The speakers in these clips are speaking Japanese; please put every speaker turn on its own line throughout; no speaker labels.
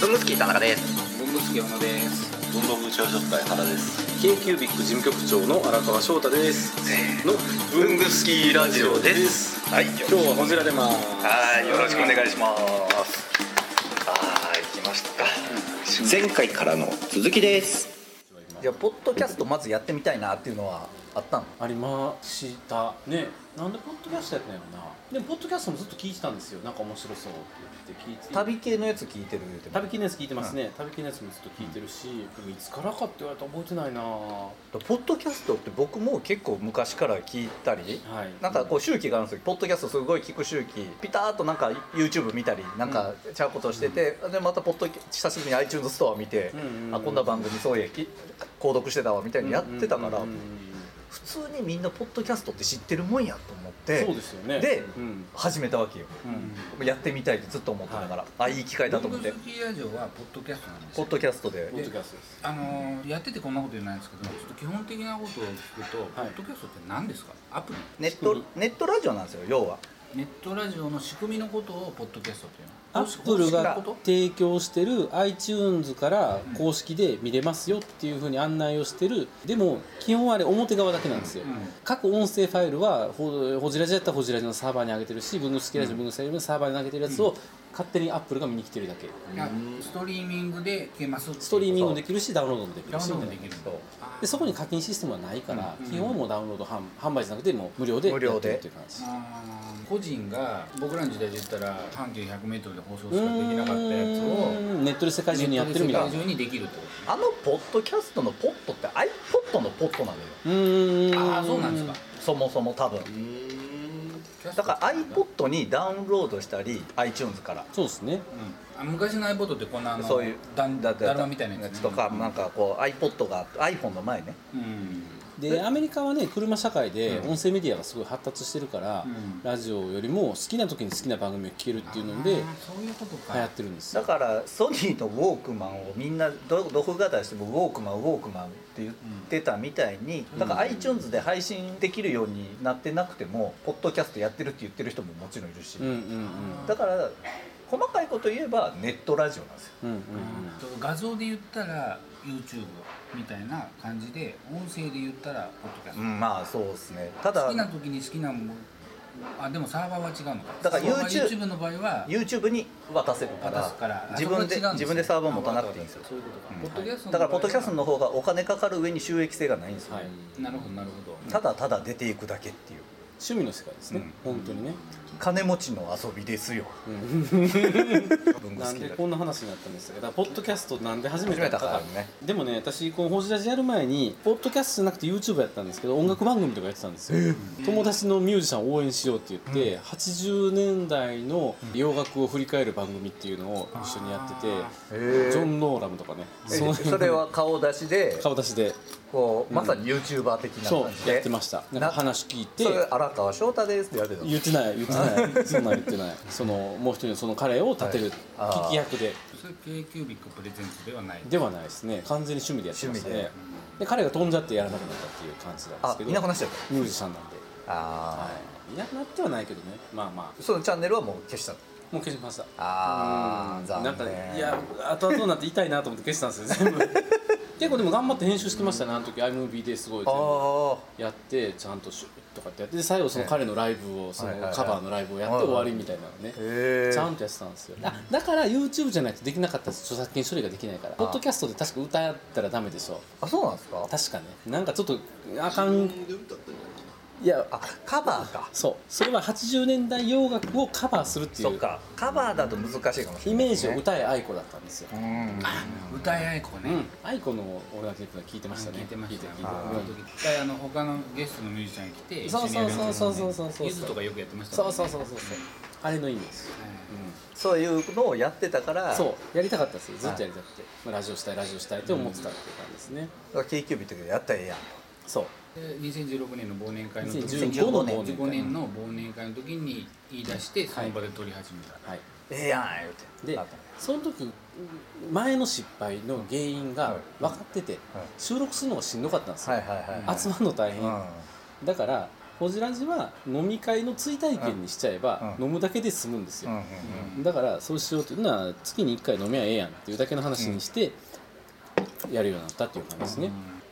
ブングスキー田中です
文具付き山です
文房具朝食会原です
k q b i c 事務局長の荒川翔太ですの
文具スキーラジオ
です
はい
今日はこちらでます
はいよろしくお願いしますはい来ましたか
前回からの続きです
いやポッドキャストまずやってみたいなっていうのはあったの
ありましたねなんでポッドキャストやったんやろなでもポッドキャストもずっと聞いてたんですよなんか面白そうって言って聞いて
旅系のやつ聞いてる言うても
旅系のやつ聞いてますね、旅系のやつもずっと聞いてるし、でもいつからかって言われたら覚えてないなは
ポッドキャストって僕も結構昔から聞いたり
い
なんかこう周期があるんですよポッドキャストすごい聞く周期ピターっとなんか YouTube 見たりなんかちゃうことしてて、でまたポッドキャ久しぶりに iTunes ストア見て、
うんうん
あこんな番組そうやき購読してたわみたいにやってたから、
うんうんうん
普通にみんなポッドキャストって知ってるもんやと思って
そうですよね
で
うん
始めたわけよ
うん
やってみたいってずっと思ってたから、あいい機会だと思って
文具好きラジオはポッドキャストなんです
ポ
よ
ッドキャストで
ポッドキャストです
あのーやっててこんなこと言えないんですけどちょっと基本的なことを聞くと、ポッドキャストって何ですかアプリ
ネットネットラジオなんですよ要は
ネットラジオの仕組みのことをポッドキャストっていうの
アップルが提供してる iTunes から公式で見れますよっていうふうに案内をしてるでも基本あれ表側だけなんですよ、各音声ファイルはほほじらじやったらほじらじのサーバーに上げてるし文具好きラジオ文具好きラジオのサーバーに上げてるやつを勝手にアップルが見に来てるだけ
あストリーミングで聞けますっていう
ストリーミングもできるしダウンロードもでき
ダ
る
ウン
し
ロー
み
ド
たい
も
な
できるんだ
そう
あ
でそこに課金システムはないから、基本はもうダウンロード販販売じゃなくてもう無料でやってるっていう感じ
あー個人が僕らの時代で言ったら半径 100m で放送しかできなかったやつを
うーんネットで世界中にやってるみたい
ネットで世
な
界中にできるってこ
あのポッドキャストのポッドって iPod のポッドなのよ
うー
と
ん
ああそうなんですか
そもそも多分だから iPod にダウンロードしたり iTunes から
そうですね
うんあ昔の iPod ってこんなあの
そういう
だんだ
だ
だるまみたいなやつね
とかなんかこう iPod が iPhone の前ね
うん
でアメリカはね車社会で音声メディアがすごい発達してるから、
うん
ラジオよりも好きな時に好きな番組を聴けるっていうので
あーそういうことか
流行ってるんです
だ
よ
からソニーのウォークマンをみんなど録画出してもウォークマンウォークマンって言ってたみたいにだから iTunes で配信できるようになってなくてもポッドキャストやってるって言ってる人ももちろんいるし
うんうん
だから細かいこと言えばネットラジオなんですよ
うんうんうん
画像で言ったら YouTube みたいな感じで音声で言ったらポッドキャスト、
うんまあそうですねただ
好きな時に好きなものあでもサーバーは違うのか
だから YouTube
サーバー YouTube の場合は
YouTube に渡せるか
渡
ら
すから
自分で
あそこは違うんですね
自分でサーバー持たなくていいんですよ
そういうことか、ポッドキャストの
だからポ
場合は
ッドキャストの方がお金かかる上に収益性がないんですよ、
はい、
なるほどなるほど
ただただ出ていくだけっていう
趣味の世界ですね、本当にね、
金持ちの遊びですよ、文具好
なん
き
で
だ
こんな話になったんですかだからポッドキャストなんで始め
始
た
めた
か
からね
でもね私このホジラジやる前にポッドキャストじゃなくて YouTube やったんですけど音楽番組とかやってたんですよ、友達のミュージシャンを応援しようって言って、80年代の洋楽を振り返る番組っていうのを一緒にやってて、
へえ
ジョン・ノーラムとかねの
え
辺
それは顔出しで
顔出しで
こうまさに YouTuber 的な
そ
感じ
う
で
やってましたなんか話聞いて
それ荒川翔太ですってやってたの
言ってない言ってない そんなん言ってないそのもう一人のその彼を立てる
はいあー
聞き役で
それ k q b i c プレゼンツではない
ではないですね完全に趣味でやってましたねで彼が飛んじゃってやらなくなったっていう感じなんです
あ
けど
いなくなっちゃっ
ミュージシャンなんで、
たああ
い、なくなってはないけどねまあまあ
そのチャンネルはもう消したの
もう消しました
ああ残
なん
念
かいや後々になって痛いなと思って消したんですよ 全部結構でも頑張って編集してましたねあの時 iMovie ですごい
あ
全部
あ
やってちゃんとシュッとかってやってで最後その彼のライブをその
はいはいはい
カバーのライブをやって終わりみたいなのね
へえ
ちゃんとやってたんですよあだから YouTube じゃないとできなかったんです著作権処理ができないからポッドキャストで確か歌ったらダメでしょ
あそうなんですか
確かねなんかちょっとあかんいや
あカバーか
そうそれは80年代洋楽をカバーするってい
そっ
う
かカバーだと難しいかもしれないですね
イメージを歌え愛子だったんですよ、
歌い合い子ね、
うん、愛子の「俺のテープ」が聞いてましたね
聞いてました
聞
よ
いて
ねあ
聞
の
いて
時一回あの他のゲストのミュージシャンが来て
そうそうそうそうそう
一緒にやるや
そうそう
つですよね
そう
ゆずとかよくやってました
そ
もん
う
ね
そうそうそうそうあれのイメージ
そういうのをやってたから
そうやりたかったですよずっとやりたくて、まあラジオしたいラジオしたいって思ってたっていう感じですね、
う k q b とかやったらええやん
そう
で2016年の忘年会の時
2015の忘年会
15年の忘年会の時に言い出してその場で撮り始めた、
はい
ええやん言うて
で
あと
その時前の失敗の原因が分かってて、
はい
収録するのがしんどかったんですよ、
はいはいはい
集まるの大変、
うん
だからホジラジは飲み会の追体験にしちゃえば、
うん
飲むだけで済むんです
うん
よ、
うんうん
だからそうしようっていうのは月に1回飲みゃええやんっていうだけの話にして、やるようになったっていう感じですね、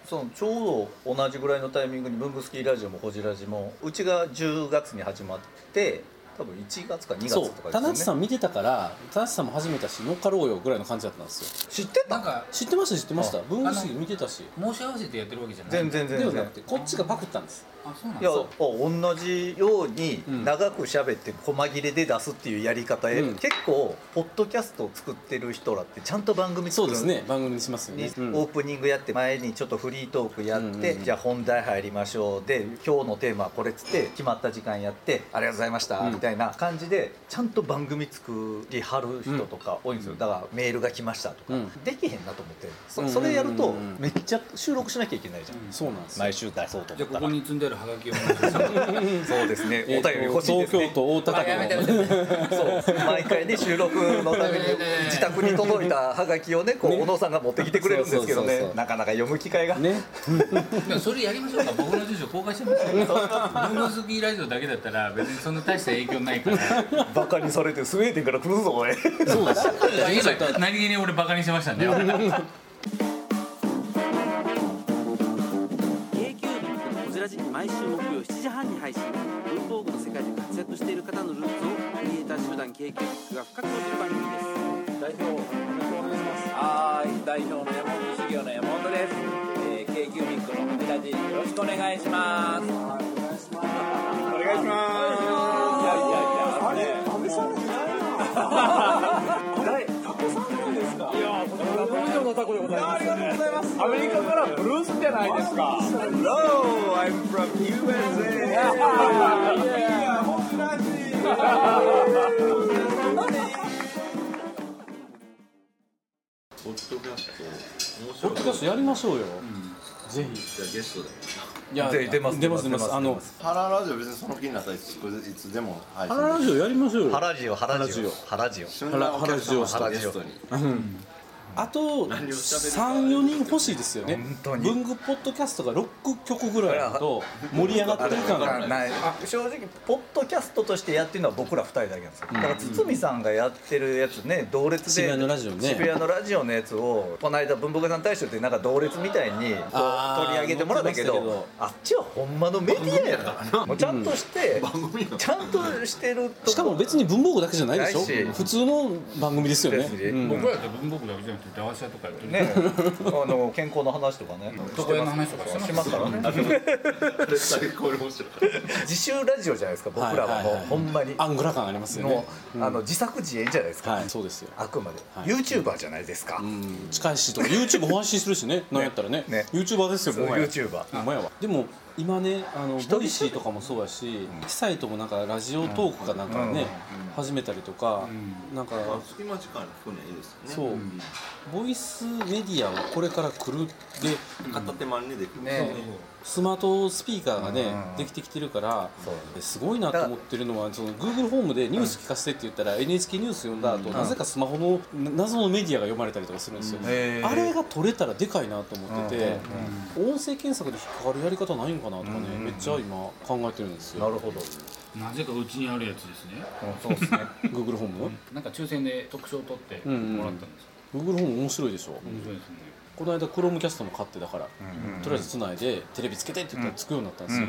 そのちょうど同じぐらいのタイミングに「ブングスキーラジオ」も「ホジラジも」うちが10月に始まって多分1月か2月
そう
とか
田中
です
さ
よね
ん見てたから田中さんも始めたし乗っかろうよぐらいの感じだったんですよ
知って
なん
た
か
知ってました知ってました
あ
文具式見てたし
申し合わせてやってるわけじゃない
全然全
で
然
はなくてこっちがパクったんです
あそうなん
い
だ
や
そう
同じように
うん
長く喋って細切れで出すっていうやり方へ、
うん
結構ポッドキャストを作ってる人らってちゃんと番組
そ
作
う
る
ですね番組にしますよ
に
ね、うん
オープニングやって前にちょっとフリートークやって、
うんうんうん
じゃあ本題入りましょうで今日のテーマはこれっつって決まった時間やってありがとうございました、
うん
みたいな感じでちゃんと番組作りはる人とか多いんですよ、だからメールが来ましたとか、
うん
できへんなと思って
う
そ
んうんうん
それやるとめっちゃ収録しなきゃいけないじゃん、
うん
そうなんですよ
毎週出そうと
じ
思
ゃ
っ
あ
た
こ
ら
こに積んであるハガキを申し上げて
そうですね
えー
お
と
便り欲しいで
東
すね
京都大田
あ
区
やめて
の
やめて
そう毎回ね収録の ために自宅に届いたハガキをねこう
ね
小野さんが持ってきてくれるんですけど
そうそうそう
ね
そう
なかなか読む機会が
ね
でもそれやりましょうか僕の住所公開して ますよ文具好きラジオだけだったら別にそんな大した影響ない から
バカにされてスウェーデンから来るぞおい
そ うですよ
今何気に俺バカにしてましたね
k q b のこじらじ毎週木曜7時半に配信文房具の世界で活躍している方のルーツをクリエイター集団 k q b が深く掘る番組です代表お願いしますはい代表の山本修行の山本です、えー、k q b のこじらじよろしくお願いしますお願いしますお願いしますいやいやいやあれ
ポッドキャスト面
ポッドキャストやりましょうよ、ぜ
じゃあゲストで
ひいや
ぜ出ます
出ます出
出
ま
ますす
あの
パララジオ別にその気になったらいついつでも配
ハララ
信
ジオやりましょうよ
ラジオ原ジオ原ジオ
旬なお客様
ハラ
と
ラ
ゲ
ジオ
ストに
あと34人欲しいですよね
当に
文具ポッドキャストが6曲ぐらいだと盛り上がってる感がある
ない正直ポッドキャストとしてやってるのは僕ら2人だけなんですよだから堤さんがやってるやつね同列で
渋谷のラジオね
渋谷のラジオのやつをこの間文房具さん大賞でなんか同列みたいにこう
あー
取り上げてもらったけ
載ってました
ど
け
あっちはほんまのメディアやからもうちゃんとしてちゃんとしてると
しかも別に文房具だけじゃないでしょ
ないし
普通の番組ですよね
ですね
うん
僕らって文房具だけじゃなくて駄菓子屋とかやってる
ね、あの健康の話とかね、
床屋の話とかしてます
しますからね。
最高に面白かった
自習ラジオじゃないですか、僕らはも
はいはいうはい
ほんまに、
アングラ感ありますよね
の、あの自作自演じゃないですか。
はいそうですよ
あくまで、
はい
ユーチューバーじゃないですか。
近いしとか YouTube 本発信するしねなんやったらね
ね
YouTuber ですよ
そう
も
ユ
う
ー
や
チューバ
ほんまやわでも今ねあの
人
ボイシーとかもそうやし被災ともなんかラジオトークかなんかね始めたりとかなんか
隙間時間含めいいですよね
そうボイスメディアはこれから来るで
片手間にできる
ー。ね、
スマートスピーカーがね、
うん
できてきてるから
そう
すごいなと思ってるのはその Google ホームでニュース聞かせてって言ったら、NHK ニュース読んだ後、なぜかスマホのな謎のメディアが読まれたりとかするんですよ、
へー
あれが取れたらでかいなと思ってて、
うん
音声検索で引っかかるやり方ないんかなとかね、めっちゃ今考えてるんです
な
よ
るほど。
なぜかうちにあるやつですね
うんそうですね。
Google ホーム、
なんか抽選で特賞取って
うん
もらったんです
Google ホーム面白いでしょ、
面白いですね
この間 Chromecast も買ってだから、
うん
とりあえずつないでテレビつけてって言ったらつくようになったんですよ、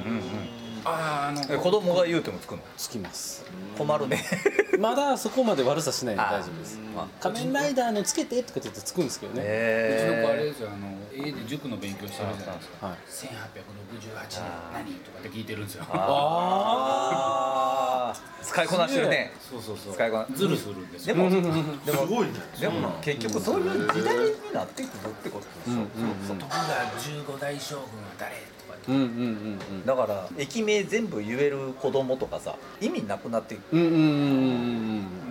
あああの
え子供が言うてもつくの。
つきます
困るね。
まだそこまで悪さしないので大丈夫です
ま
仮面ライダーのつけてとかって言ってつくんですけどね、
うちの子あれ
え
ですよあの家で塾の勉強してるじゃないですか
はい、
1868年何とかって聞いてるんですよ
あー 使いこなしてるね。
そうそうそう
使いこな。
ズルするんです
で
よ
も、でも、
すごいね
でも結局そういう時代になっていくってことですよ。
徳川15代将軍は誰とかって
うんうんうん
だから駅名全部言える子供とかさ意味なくなってく
うんうんうんうんうんう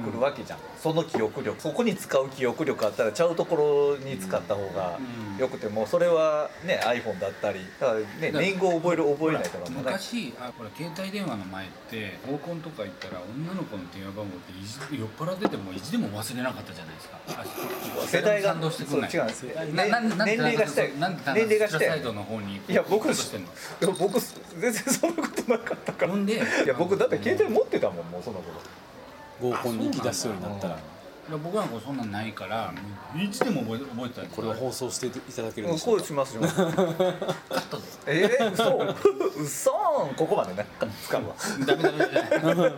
ん
るわけじゃんその記憶力そこに使う記憶力あったらちゃうところに使った方がよくてもそれはね iPhone だったりだからね年号覚える覚えないとかもね
昔あほら携帯電話の前って合コンとか行ったら女の子の電話番号っていじ酔っ払っててもいつでも忘れなかったじゃないですかあ
世代が
賛同してくんない
そう違うんですね
なななんで
年齢が下よ
なんで
年齢が
下
下よ
サイドの方に
いや僕
行こうとしてんの
でも僕全然そんなことなかったから
ほんで
いや僕だって携帯持ってたもんもうその頃
合コンに行き出すようになったら
いや僕なんかそんなんないからいつでも覚え覚えてたんです
これを放送していただけるん
うん
でしょ
こ
う
う
か
しますよええー、嘘嘘んここまでね使うわ
ダメダメ ダメ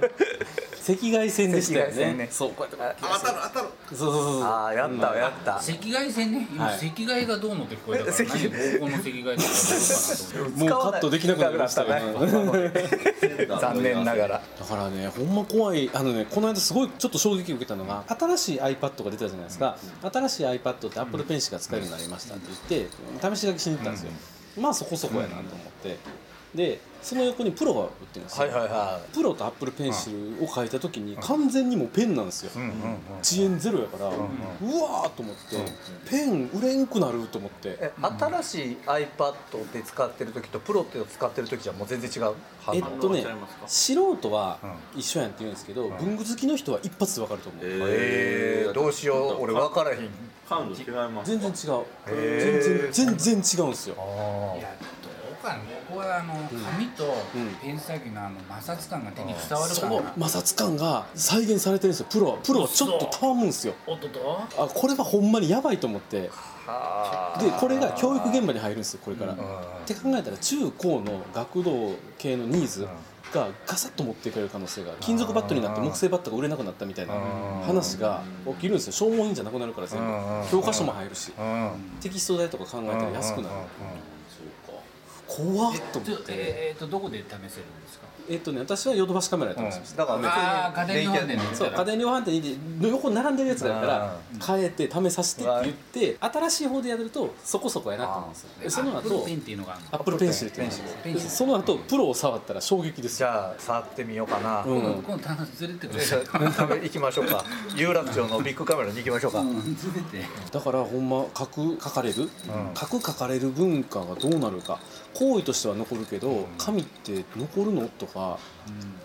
赤外線でしたよ
赤外線
ね
ね
そうこうやって
当たる当たる
そうそうそうそう
ああやったわやった
赤外線ね今
はい
赤外がどうのって聞こえたから
え赤外
何合コンの赤外
もう
とかどうかなと思って
カットできなくなりましたよ
使わないね残念ながら
だからねほんま怖いあのねこの間すごいちょっと衝撃を受けたのが新しい iPad が出たじゃないですか、新しい iPad って Apple Pen しか使えるようになりましたって言って、試し書きしに行ったんですよ、まあそこそこやなと思って、でその横にプロが売ってるんですよ、
はいは
プロとアップルペンシルを書いた時に完全にもうペンなんですよ、遅延ゼロやから、うわーと思って、ペン売れんくなると思って
え新しい iPad で使ってる時とプロって使ってる時じゃもう全然違う
えっとね
反応は違いますか
素人は一緒やんって言うんですけど、文具好きの人は一発で分かると思う、
えー、どうしよう俺分からへん
感度違います
全然違う
へー
全然全然違うんですよ
あ
いやどうかなここはあの紙と
ん
ペン先のあの摩擦感が手に伝わる
そ
か
の
ら
摩擦感が再現されてるんですよプロはプロはちょっとたわむんですよ
おっとっと
あこれはほんまにやばいと思ってで
あ
これが教育現場に入るんですよこれから、っ
う
て考えたら中高の学童系のニーズがガサッと持っていかれる可能性がある金属バットになって木製バットが売れなくなったみたいな話が起きるんですよ消耗品じゃなくなるから全部
うん
教科書も入るし
ん
テキスト代とか考えたら安くなる怖っと思って
えっとどこで試せるんですか
えっとね私はヨドバシカメラやってました
だから
ああ
別
家電量販店で
そう家電量販店に横に並んでるやつがあるから変えて試させてって言って新しい方でやるとそこそこやなと思うんですよでその
アップル
後
ペンっていうのがあるの
アップルペンシルっていうのがあるんですよその後プロを触ったら衝撃です
じ
よ
ゃあ触ってみようかな、
うん
今度今度棚ずれてく る
じゃあ 行きましょうか有楽町のビッグカメラに行きましょうか、
うんずれて
だからほんま書く書かれる書く書かれる文化がどうなるか行為としては残るけど神って残るのとか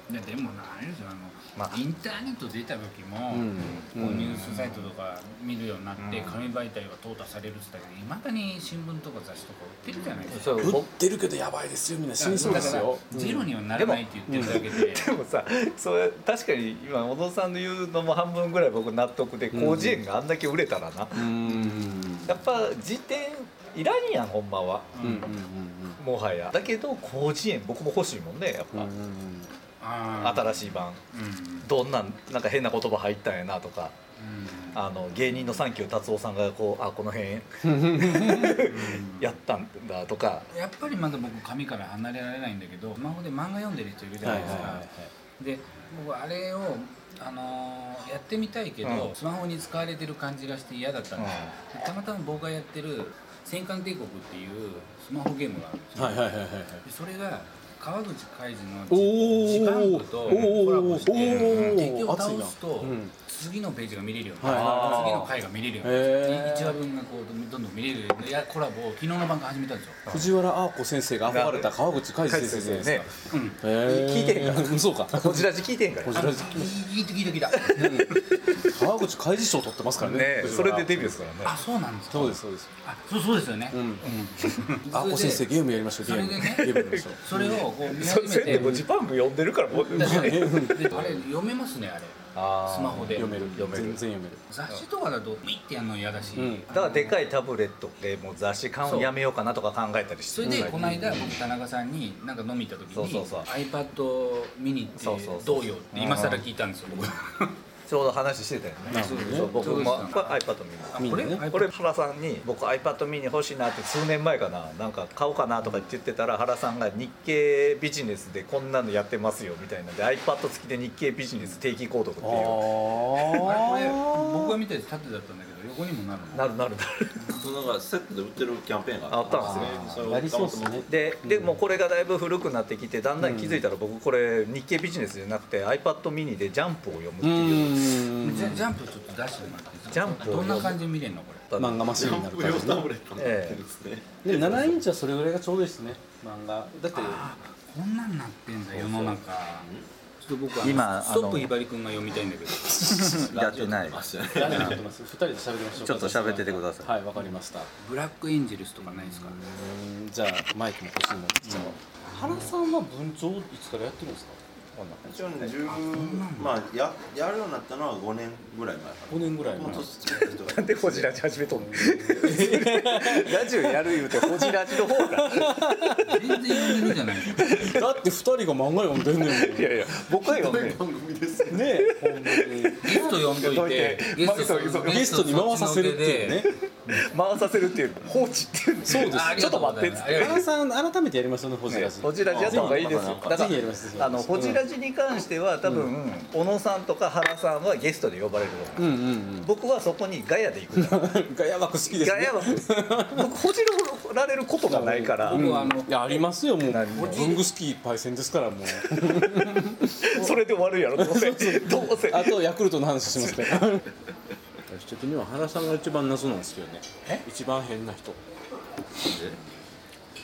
いやでもなあれですよあの、
まあ
インターネット出た時も、
うん
こうニュースサイトとか見るようになって、紙媒体は淘汰されるって言ったけどいまだに新聞とか雑誌とか売ってるじゃないですか
そう
売ってるけどやばいですよみんな死にそうですよ
だからゼロにはならないって言ってるだけで、
でもさそれ確かに今小野さんの言うのも半分ぐらい僕納得で広辞苑があんだけ売れたらな、
うーん
やっぱ辞典いらんやんほんまは
うんうん
もはやだけど広辞苑僕も欲しいもんねやっ
うんうんう
ぱ、
ん
あー
新しい版
うん
どんなんなんか変な言葉入ったんやなとかあの芸人の三休達夫さんがこうあこの辺やったんだとか
うんやっぱりまだ僕紙から離れられないんだけどスマホで漫画読んでる人いるじゃ
は
ない
はいい
で
は
すか、
いはい
で僕あれを、あのーやってみたいけど、
うん
スマホに使われてる感じがして嫌だったんですよ、でたまたま僕がやってる「戦艦帝国」っていうスマホゲームがあるんですよ、
はいはいはいはいはい
でそれが川口海事の
お
時
ー
時間部と
おー
コラボして
おー
敵を倒すと
熱いなうん
次のページが見れるようにな
はい
はいはい
次の回が見れるように
へ
な
ー
1話分がこうどんどん見れるようにいやコラボを昨日の晩から始めたんですよ
藤原アー子先生が憧れた川口海二先生ですか。
うん
へー
聞いてへんか
そうか。こ
こちらじ聞いてへんから
ちらです
聞いて聞いて聞いた
川口海二賞取ってますからね。
ね
藤
そ
原
れでデビューですからね
あそうなんですか
そうですそうです。
あそうそうですよね、うんん
アー子先生
それで
ゲームやりましょうゲーム。ゲ
そ
ー
れでね
ムやりましょう。
それをこう見
そ
始
れ
め
せん
て
でもジパング読んでるからもう
だからであれ読めますねあれ
あー
スマホで
読める
読める
全然読める。
雑誌とかだとミッてやるの嫌だし、
ん
だからでかいタブレットでもう雑誌買うのやめようかなとか考えたりして
それでこの間僕田中さんになんか飲み行った時に
そうそうそう
iPad ミニって
そうそうそう
どうよって今更聞いたんですよ僕
ちょうど話してたよね
なるほどね
そう僕
そうで
も
した
これ iPad 見
あ
る
ミニ
これ
ね
これ原さんに僕 iPad ミニ欲しいなって数年前かななんか買おうかなとかって言ってたら原さんが日経ビジネスでこんなのやってますよみたいなんで iPad 付きで日経ビジネス定期購読っていう
あ
あれこれ
あ。
僕が見たやつ縦だったんだけど横こにもなるの
なるなるなる
そのなんかセットで売ってるキャンペーンがあ
あったん
ですねそれを
なりそうですね
ででもうこれがだいぶ古くなってきてだんだん気づいたら僕これ日経ビジネスじゃなくて iPad ミニでジャンプを読むってい
う
う
ーん
ジャジャンプちょっと出してもらっていいですか
ジャンプを
どんな感じで見れるのこれ
漫画マシンになる感じね
タブレットになってるんですね
でも7インチはそれぐらいがちょうどいいですね漫画だって
こんなんなってんだ世の中ちょっと僕は
今
今スト
あ
ッ
の
プひばりくんが読みたいんだけど
やってない
ラジオになってます2人で喋りましょう
ちょっと喋っててください
はいわかりました
ブラックエンジェルスとかないですか
うんじゃあマイクも欲しいのじゃあ原さんは文鳥いつからやってるんですか
一応ね10まあややるようになったのは5年ぐらい前か
5年ぐらい
な
前
もう年付き合ってる人が
なんでほじらじ始めとんの ラジオやる言うてほじらじの方が
全然読んでるじゃないですか
だって2人が漫画読んでんのよ
いやいや僕は読んで
ねえほんまに
ゲスト呼んどいて
ゲスト
そ
ゲストに回させるっていうね
回させるっていう放置っていうんそう
あり
ちょ
が
っ
と
と
うご
待っ
ざ
て
い
っつって
ますありがとうございます
原さん改めてやりましょうねほじらじ
ほじらじやった方がいいですよだか
ぜひやりましょう
らあのほじらじに関しては多分小野さんとか原さんはゲストで呼ばれる
うんうんうん
僕はそこにガヤで行くから
ガヤ枠好きです
ガ
ね
ヤは僕ほじられることがないから
僕はあの
いやありますよもう
何
文具スキーパイセンですからもう
それで終わるやろどうせどうせ
あとヤクルトの話します から私的には原さんが一番謎なんですけどね一番変な人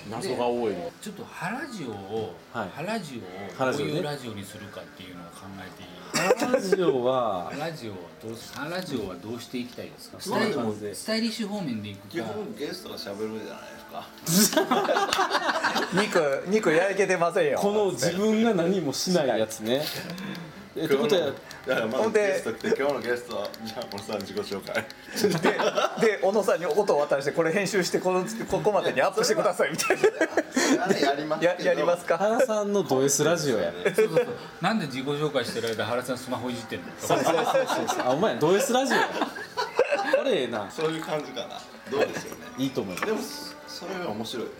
謎が多いの
ちょっと原ジオを
はい
原ジオを
原
どう
ジオね
いうラジオにするかっていうのを考えていい
ラジオは
原ジオはどうし原ジオはどうしていきたいですかス
う
タイリ
そうですね
スタイリッシュ方面でいく
基
か
本ゲストが喋るじゃないですか
肉肉焼けてませんよ
この自分が何もしないやつ ねえってことは
だからま
ほ
ず
んで
ゲスト来て今日のゲストはじゃあ小野さん自己紹介
でで小野さんに音を渡してこれ編集してこのここまでにアップしてくださいみたい
あ れやりま
なややりますか
原さんのド S ラジオや ね
そうそうそう なんで自己紹介してる間原さんスマホいじってんの
あお前ド S ラジオやこれええな
そういう感じかなどうでしょうね
いいと思う
でもそそれは面白いよね、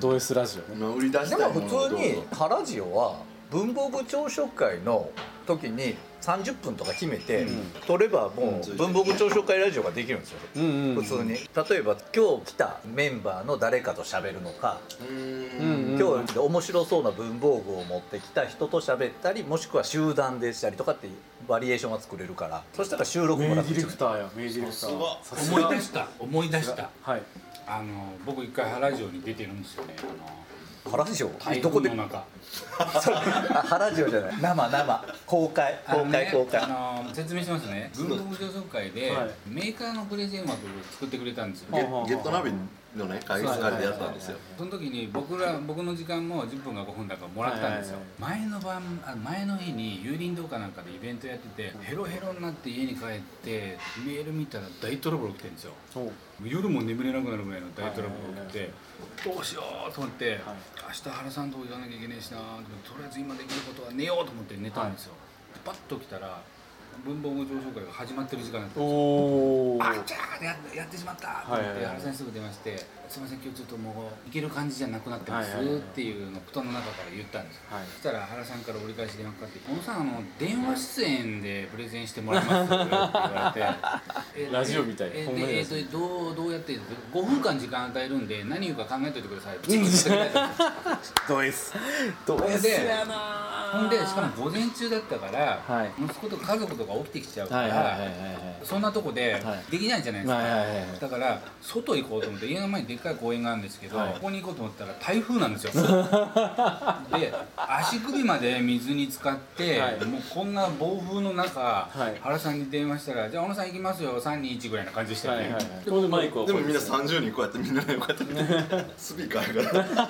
ド S ラジオね
今売り出し
で
た
も
いものを
普通
どう
に
ぞ
原ジオは文房具朝食会の時に30分とか決めて、取ればもう文房具朝食会ラジオができるんですよ、
うんうんうん
普通に例えば今日来たメンバーの誰かと喋るのか、
うんうん
今日面白そうな文房具を持ってきた人と喋ったりもしくは集団でしたりとかってバリエーションが作れるからそしたら収録
名
も
デ
楽
ィレ
ちん
クターや名ディレクター
が
さす
思
が
い出した思い出した
はい
あの僕一回原ジオに出てるんですよね
原ジオ
あの
どこで
台風の中
あ原ジオじゃない生生公開
あ
公
の
開
ね
公開、
あの説明しますね文房具上層会で
はい
メーカーのプレゼン枠を作ってくれたんですよ
はあはあ
ゲットナビのね会議室借りでやったんですよ
その時に僕ら僕の時間も10分か5分だからもらったんですよ、前の晩あ前の日に郵便堂かなんかでイベントやっててヘロヘロになって家に帰ってメール見たら大トラブル起きてるんですよ
そう
夜も眠れなくなるぐらいの大トラブルが起きて、どうしようと思って、明日原さんとこ行かなきゃいけないしなと思ってとりあえず今できることは寝ようと思って寝たんですよ、パッと起きたら文房具上昇会が始まってる時間だったんですよ
おお
あっちゃーややってしまったと思
は
っ
いはい
て
はい
原さんにすぐ電話して「すいません今日ちょっともう行ける感じじゃなくなってます」
はいはいはい
っていうのを布団の中から言ったんですよ、
はい
そしたら原さんから折り返し電話かかってきて「小野さんあの電話出演でプレゼンしてもらいます」って言われて え
ラジオみたい
え
ほんまに
でえっとどうどうやって5分間時間与えるんで何言うか考えておいてくださいって言って
ド S ド
ほん
S
で
やな
ほんでしかも午前中だったから、
はい
息子とか家族とか起きてきちゃうから、
はいはいはいはい
そんなとこで
はい
できないじゃないですか、
はいはいはいはい
だから外行こうと思って家の前にでっかい公園があるんですけど、
はい
ここに行こうと思ったら台風なんです よで足首まで水に浸かって、
はい
もうこんな暴風の中、
はい
原さんに電話したら「じゃあ小野さん行きますよ321」ぐらいな感じでしたよ
はい
ね、
はいはいこれでマイクを
でもみんな30人こうやってみんなでこうやって 見てスピーカーから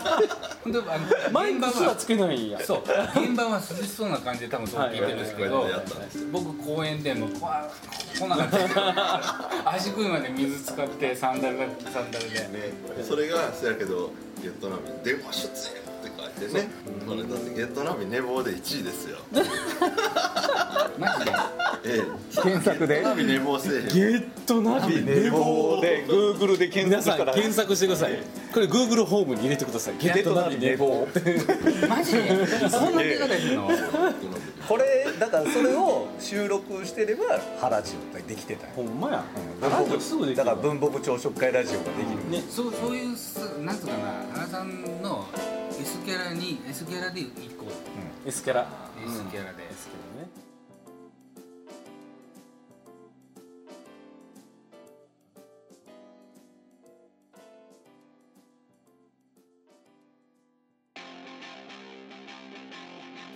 ほんであの
マイ
現
ク
場
すら
は
つけないんや
そう現場は涼しそうな感じで多分そう聞いてるんですけど、
はいはいはいはい
僕公園でもうこわこんな感じで足首まで水使ってサンダルがサンダルで、
それがそやけどゲットナビに「電話出演」って書いてねこれだってゲットナビ寝坊で1位ですよ
マジで
検索で
ナビ寝坊せえへん
ゲットナビ
寝坊で Google で検
皆
索
さ
し
ん
たら
検索してくださいこれ Google ホームに入れてください
ゲットナビ寝坊
マジでそんな出方するの
これだからそれを収録してれば原ジオができてたよ
ほんまや
文
ラ
房
ジオすぐでき
だ
る
から
わ
文房具朝食会ラジオができる、
ね
そうそういうすなんつうかな原さんの S キャラに S キャラで行こう
S キャラ
S キャラで、
ですけどね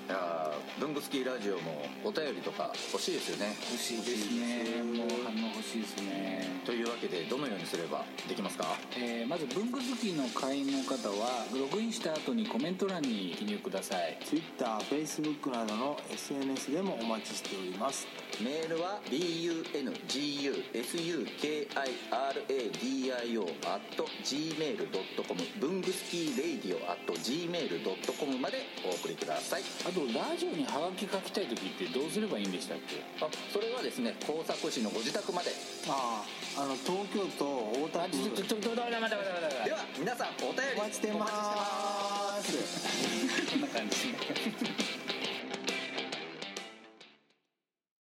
いやー文具好きラジオもお便りとか欲しいですよね
欲しいですねもう反応欲しいですね
というわけでどのようにすればできますか
えーまず文具好きの会員の方はログインした後にコメント欄に記入ください
TwitterFacebook などの SNS でもお待ちしております
メールは bungusukradio gmail.com 文具スキーレイディオ gmail.com までお送りください
あとラジオにハガキ書きたい時ってどうすればいいんでしたっけ
あそれはですね工作士のご自宅まで
あああの東京都大田
あちょっと
区
ちょっとちょっと待って待って待って待
では皆さんお便
お
り
待ちしてます
ってこんな感じ